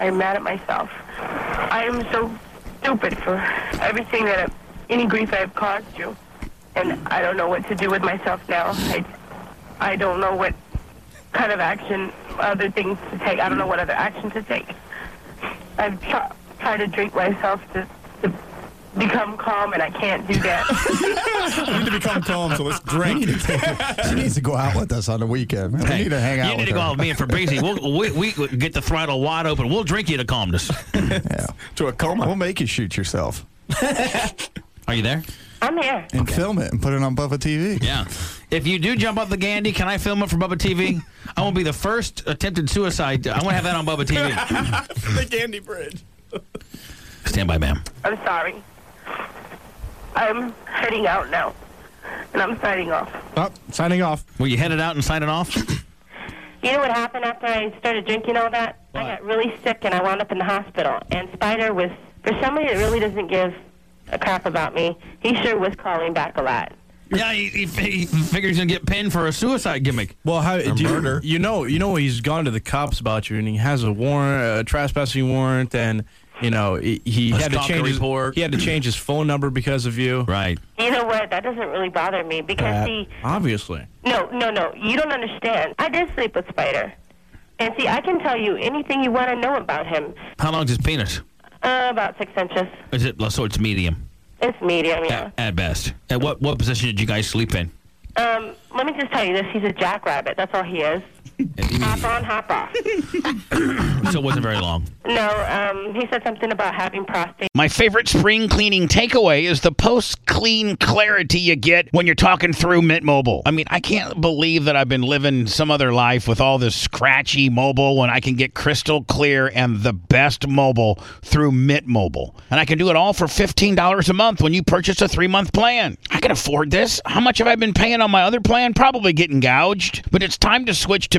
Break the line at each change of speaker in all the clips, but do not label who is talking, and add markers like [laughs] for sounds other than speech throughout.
I am mad at myself. I am so stupid for everything that I, any grief I have caused you, and I don't know what to do with myself now. I, I don't know what kind of action, other things to take. I don't know what other action to take. I've tr- tried to drink myself to, to become calm, and I can't do that. [laughs]
We need to become calm, so
[laughs]
let's drink.
She needs to go out with us on the weekend. man. We need to hang out
You need
with
to go
her.
out with me and Fabrizi. We'll, we we could get the throttle wide open. We'll drink you to calmness.
to a coma. We'll make you shoot yourself
Are you there?
I'm here.
and
film it and put it on Bubba TV.
Yeah. If you do jump off the Gandhi, can I film it for Bubba TV? I won't be the first attempted suicide. I want to have that on Bubba TV.
[laughs]
the Candy Bridge.
Stand by, ma'am.
I'm sorry. I'm heading out now, and I'm signing off.
Oh, signing off.
Were you headed out and signing off?
You know what happened after I started drinking all that? I got really sick, and I wound up in the hospital. And Spider was, for somebody that really doesn't give a crap about me, he sure was calling back a lot.
Yeah, he, he, he figures he's going to get pinned for a suicide gimmick.
Well, how do you, you know? You know he's gone to the cops about you, and he has a warrant, a trespassing warrant, and you know he, he
A
had to
stalker
change his,
report.
he had to change his phone number because of you.
Right.
You know what? That doesn't really bother me because
Uh,
see,
obviously.
no, no, no, you don't understand. I did sleep with Spider, and see, I can tell you anything you want to know about him.
How long's his penis?
Uh, about six inches.
Is it so? It's medium
It's medium, yeah.
at, at best. At what what position did you guys sleep in?
Um, let me just tell you this. He's a jackrabbit. That's all
[laughs]
he is. hop on, hop off.
So it wasn't very
[laughs]
long.
No, um, he said something about having prostate.
My favorite spring cleaning takeaway is the post clean clarity you get when you're talking through Mint Mobile. I mean, I can't believe that I've been living some other life with all this scratchy mobile when I can get crystal clear and the best mobile through Mint Mobile. And I can do it all for $15 a month when you purchase a three month plan. I can afford this. How much have I been paying on my other plan? Probably getting gouged. But it's time to switch to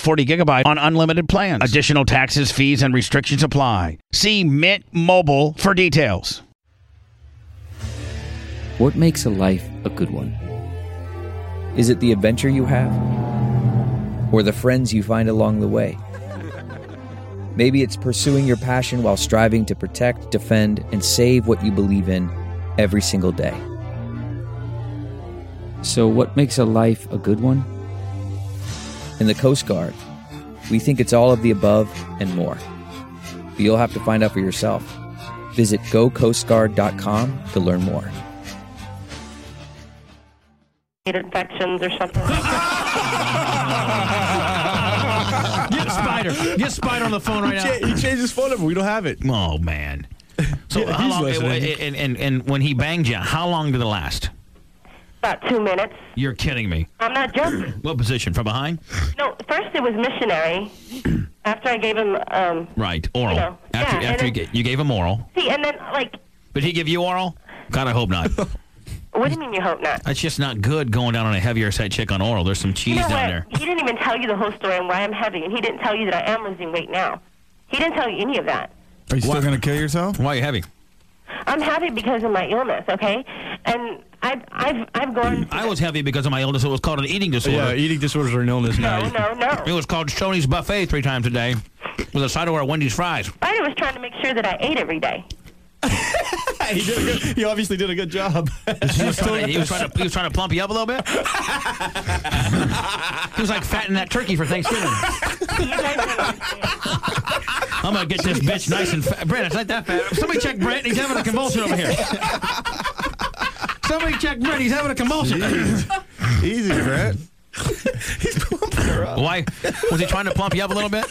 40 gigabyte on unlimited plans. Additional taxes, fees, and restrictions apply. See Mint Mobile for details.
What makes a life a good one? Is it the adventure you have? Or the friends you find along the way? Maybe it's pursuing your passion while striving to protect, defend, and save what you believe in every single day. So, what makes a life a good one? In the Coast Guard, we think it's all of the above and more. But you'll have to find out for yourself. Visit gocoastguard.com to learn more.
Infections or something.
Get Spider. Get Spider on the phone right now.
[laughs] He changed his phone number. We don't have it.
Oh man. So
Yeah,
how
he's
long?
listening.
And, and and when he banged you, how long did it last?
About two minutes.
You're kidding me.
I'm not joking.
What position? From behind?
No, first it was missionary. After I gave him, um,
Right. Oral.
You know,
after
yeah,
after you,
and
ga- you gave him oral.
see, and then like,
Did he give you oral? God, I hope
[laughs]
not.
what do you mean you hope not?
That's just not good going down on a heavier side chick on oral. There's some cheese
you know
down
what?
there.
He didn't even tell you the whole story and why I'm heavy, and he didn't tell you that I am losing weight now. He didn't tell you any of that.
Are you still going to kill
[laughs]
yourself?
Why are you heavy?
I'm happy because of my illness, okay? And I've I've I've gone.
I was heavy because of my illness. It was called an eating disorder.
Yeah, eating disorders are an illness now. [laughs]
No, no,
It
no.
was called Shoney's buffet three times a day with a side order of Wendy's fries.
I was trying to make sure that I ate every day.
he, did a good, he obviously did a good job.
He [laughs] was, trying to, he was trying to- he was trying to plump you up a little bit. he was like fattening that turkey for Thanksgiving.
You guys don't understand.
I'm gonna get this bitch nice and fat. Brent, it's not that fat. Somebody check Brent. He's having a convulsion over here. Somebody check Brent. He's having a convulsion.
Easy, Brett.
Why? Was he trying to plump you up a little bit?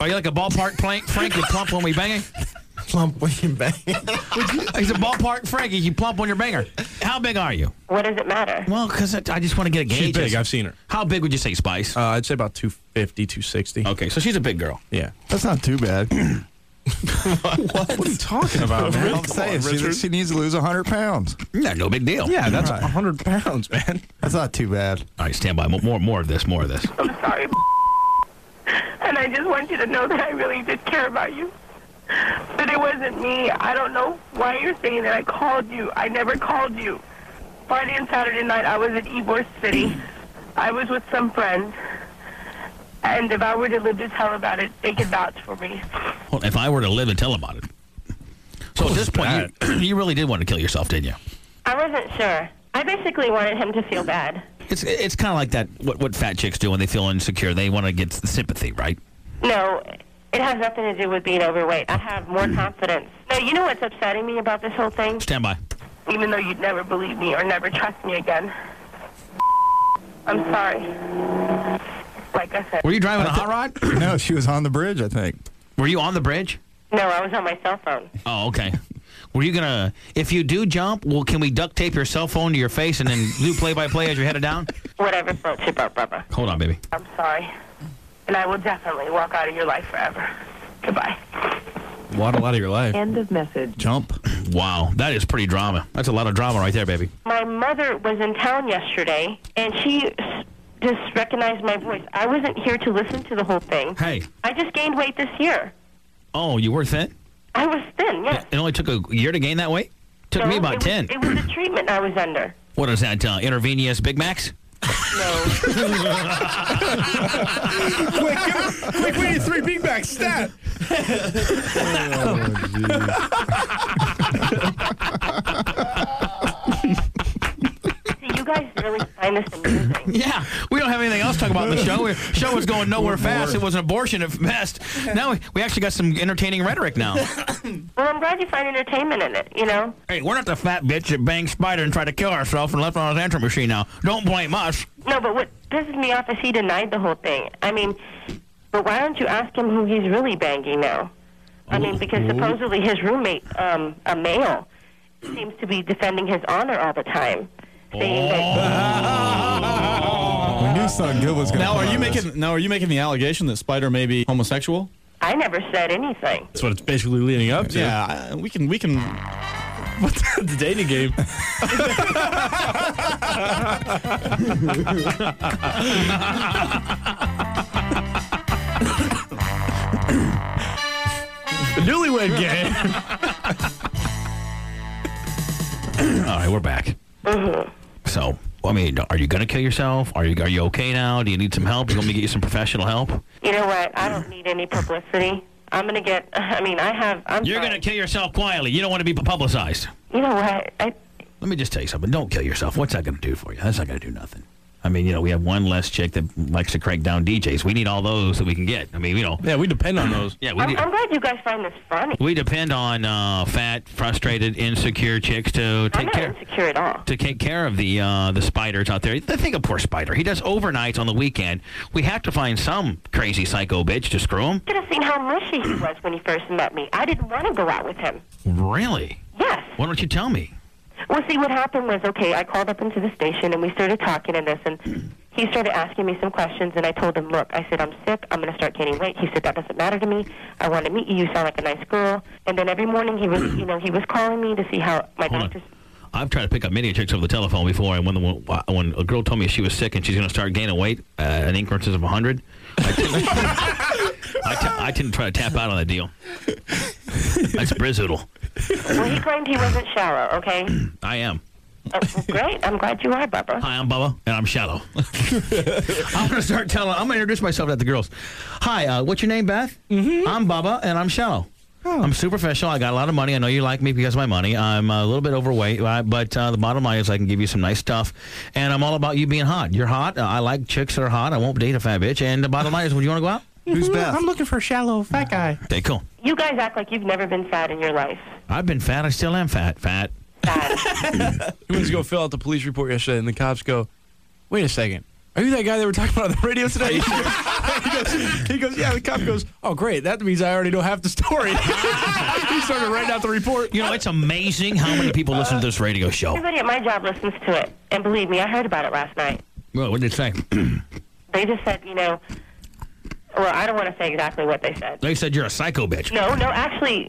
Are you like a ballpark plank? Frank, you plump when we banging?
Plump when you bang.
He's a ballpark Frankie. You plump when you're banger. How big are you?
What does it matter?
Well, because I I just want to get a gauge.
She's big. I've seen her.
How big would you say, Spice?
Uh, I'd say about 250, 260.
okay, so she's a big girl.
Yeah.
That's not
[clears throat]
too bad.
What are you talking
[laughs]
about, man?
I'm saying
on,
she,
Richard.
she needs to lose 100 pounds.
Yeah, no big deal.
Yeah, that's 100 pounds, man.
That's not too bad.
All right, stand by. Mo- More, more of this. More of this.
I'm [laughs] sorry. And I just want you to know that I really did care about you. But it wasn't me. I don't know why you're saying that I called you. I never called you. Friday and Saturday night, I was in Ybor City. I was with some friends. And if I were to live to tell about it, they could vouch for me.
Well, if I were to live and tell about it. So at this point, you, [clears throat] you really did want to kill yourself, didn't you?
I wasn't sure. I basically wanted him to feel bad.
It's it's kind of like that. What what fat chicks do when they feel insecure? They want to get s- sympathy, right?
No, it has nothing to do with being overweight. I have
Hmm.
more confidence. No, you know what's upsetting me about this whole thing?
Stand by.
even though you'd never believe me or never trust me again. I'm sorry. Like I said,
Were you driving a hot rod?
[clears throat] No, she was on the bridge, I think.
Were you on the bridge?
no, I was on my cell phone.
Oh, okay. Were you gonna? If you do jump, well, can we duct tape your cell phone to your face and [laughs] then do play by play as you're headed down?
Whatever floats your boat, brother.
Hold on, baby.
I'm sorry. And I will definitely walk out of your life forever. Goodbye.
Waddle out of your life.
End of message.
Jump.
Wow, that is pretty drama. That's a lot of drama right there, baby.
My mother was in town yesterday, and she s- just recognized my voice. I wasn't here to listen to the whole thing.
Hey.
I just gained weight this year.
Oh, you were thin.
I was thin, yes.
It only took a year to gain that weight. Took me
No,
about
it was-
ten.
It was the treatment I was under.
What is that? Uh, intravenous Big Macs?
No.
Quick, we need three big bags. Stat.
See, you guys really find this amusing.
[laughs]
Yeah, we don't have have anything else to talk about in the show. The show was going nowhere fast. It was an abortion at best. Now we, we actually got some entertaining rhetoric now.
Well, I'm glad you find entertainment in it, you know?
Hey, we're not the fat bitch that banged Spider and tried to kill herself and left her on his answering machine now. Don't blame us.
No, but what pisses me off is he denied the whole thing. I mean, but why don't you ask him who he's really banging now? I mean, because
Oh.
supposedly his roommate, um, a male, seems to be defending his honor all the time, saying that
We knew something good was going to
Oh. Now, are you making now? Are you making the allegation that Spider may be homosexual?
I never said anything.
That's what it's basically leading up to.
Yeah, I, we can. We can. [laughs] What the, the dating game?
The newlywed game.
All right, we're back.
Mm-hmm.
So, I mean, are you going to kill yourself? Are you are you okay now? Do you need some help? Do you want me to get you some professional help?
You know what? I don't need any publicity. I'm gonna get. [laughs] I mean, I have. I'm.
You're
sorry.
going to kill yourself quietly. You don't want to be publicized.
You know what? I.
Let me just tell you something. Don't kill yourself. What's that going to do for you? That's not going to do nothing. I mean, you know, we have one less chick that likes to crank down DJs. We need all those that we can get. I mean, you know,
Yeah, we depend on those.
yeah, we
I'm,
do.
I'm glad you guys find this funny.
We depend on uh, fat, frustrated, insecure chicks to
I'm
take
not
care
insecure at all.
to take care of the uh, the spiders out there. Think of poor spider. He does overnights on the weekend. We have to find some crazy psycho bitch to screw him.
You could have seen how mushy he was when he first met me. I didn't want to go out with him.
Really?
Yes.
Why don't you tell me?
Well, see, what happened was, okay, I called up into the station and we started talking and this, and he started asking me some questions, and I told him, look, I said, I'm sick, I'm going to start gaining weight. He said, that doesn't matter to me. I want to meet you. You sound like a nice girl. And then every morning he was, you know, he was calling me to see how my
Hold
doctor's.
on. I've tried to pick up many chicks over the telephone before, and when the one- when a girl told me she was sick and she's going to start gaining weight uh, in increments of 100, I tend, I te- I tend to try to tap out on that deal. That's brizoodle.
Well, he claimed he wasn't shallow,
[clears throat]
okay?
I am.
Uh, well, great. I'm glad you are, Bubba.
Hi, I'm Bubba, and I'm [laughs] shallow. I'm going to start telling. I'm going to introduce myself to the girls. Hi, uh, what's your name, Beth? Mm-hmm. Oh. I'm Bubba, and I'm shallow. I'm superficial. I got a lot of money. I know you like me because of my money. I'm a little bit overweight, uh, but uh, the bottom line is I can give you some nice stuff. And I'm all about you being hot. You're hot. Uh, I like chicks that are hot. I won't date a fat bitch. And the bottom line is, would you want to go out?
Who's Beth?
looking for a shallow fat guy.
Okay, cool.
You guys act like you've never been fat in your life.
I've been fat. I still am fat. Fat. [laughs]
Fat.
He went to go fill out the police report yesterday, and the cops go, "Wait a second, are you that guy that we're talking about on the radio today?" he, goes, he goes, "Yeah." The cop goes, "Oh, great, that means I already know half the story." he started writing out the report.
You know, it's amazing how many people listen to this radio show.
Everybody at my job listens to it. And believe me, I heard about it last night.
Well, what did it say?
They just said, you know, well, I don't want to say exactly what they said.
They said you're a psycho bitch.
No, no, actually,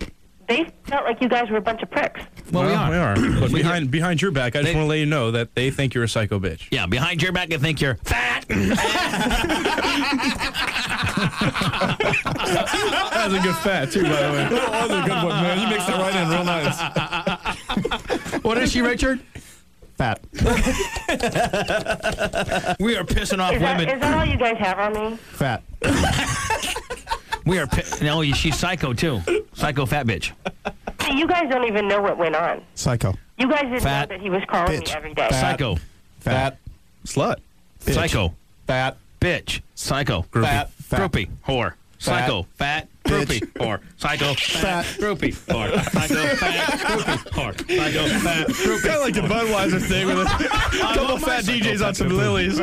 they felt like you guys were a bunch of pricks.
Well, we are.
But behind behind your back, I just
They-
want to let you know that they think you're a psycho bitch.
Yeah, behind your back, I think you're fat.
That was a good fat too, by the way.
Oh,
That was a good one, man. You mixed it right in real nice.
what is she, Richard?
Fat.
We are pissing off
Is that,
women.
is that all you guys have on me?
Fat.
we are. Pi- no, she's psycho too. Psycho fat bitch.
See, you guys don't even know what went on.
Psycho.
You guys didn't
Fat
know that he was calling
bitch.
me every day.
Psycho.
Fat.
Slut.
Bitch.
Psycho.
Fat.
Bitch. Psycho. Groupie.
Fat.
Groupie. Whore. Psycho. Fat. Groupie. Whore. Psycho. Fat. Groupie. Whore. Psycho. Fat. Groupie. Whore. Psycho. Fat. Groupie.
Kind of like the Budweiser thing with a
[laughs] I
couple
want my
fat DJs
psycho
on
fat
some
groupie.
lilies.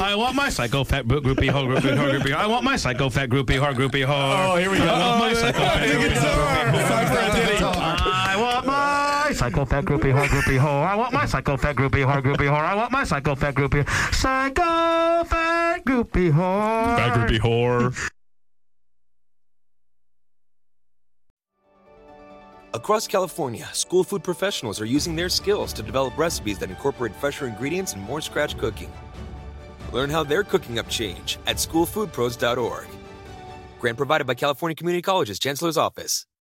I want my psycho fat bo- groupie whore groupie whore groupie. I want my psycho fat groupie whore groupie whore.
Oh, here we go.
I want my
Oh,
psycho
yeah.
fat
I think
groupie
it's
whore.
over. Time for a ditty.
I want my psycho fat groupie whore groupie whore. I want my psycho fat groupie whore groupie whore. I want my psycho fat groupie psycho fat groupie whore.
Fat groupie whore.
Across California, school food professionals are using their skills to develop recipes that incorporate fresher ingredients and more scratch cooking. Learn how they're cooking up change at schoolfoodpros.org. Grant provided by California Community College's Chancellor's Office.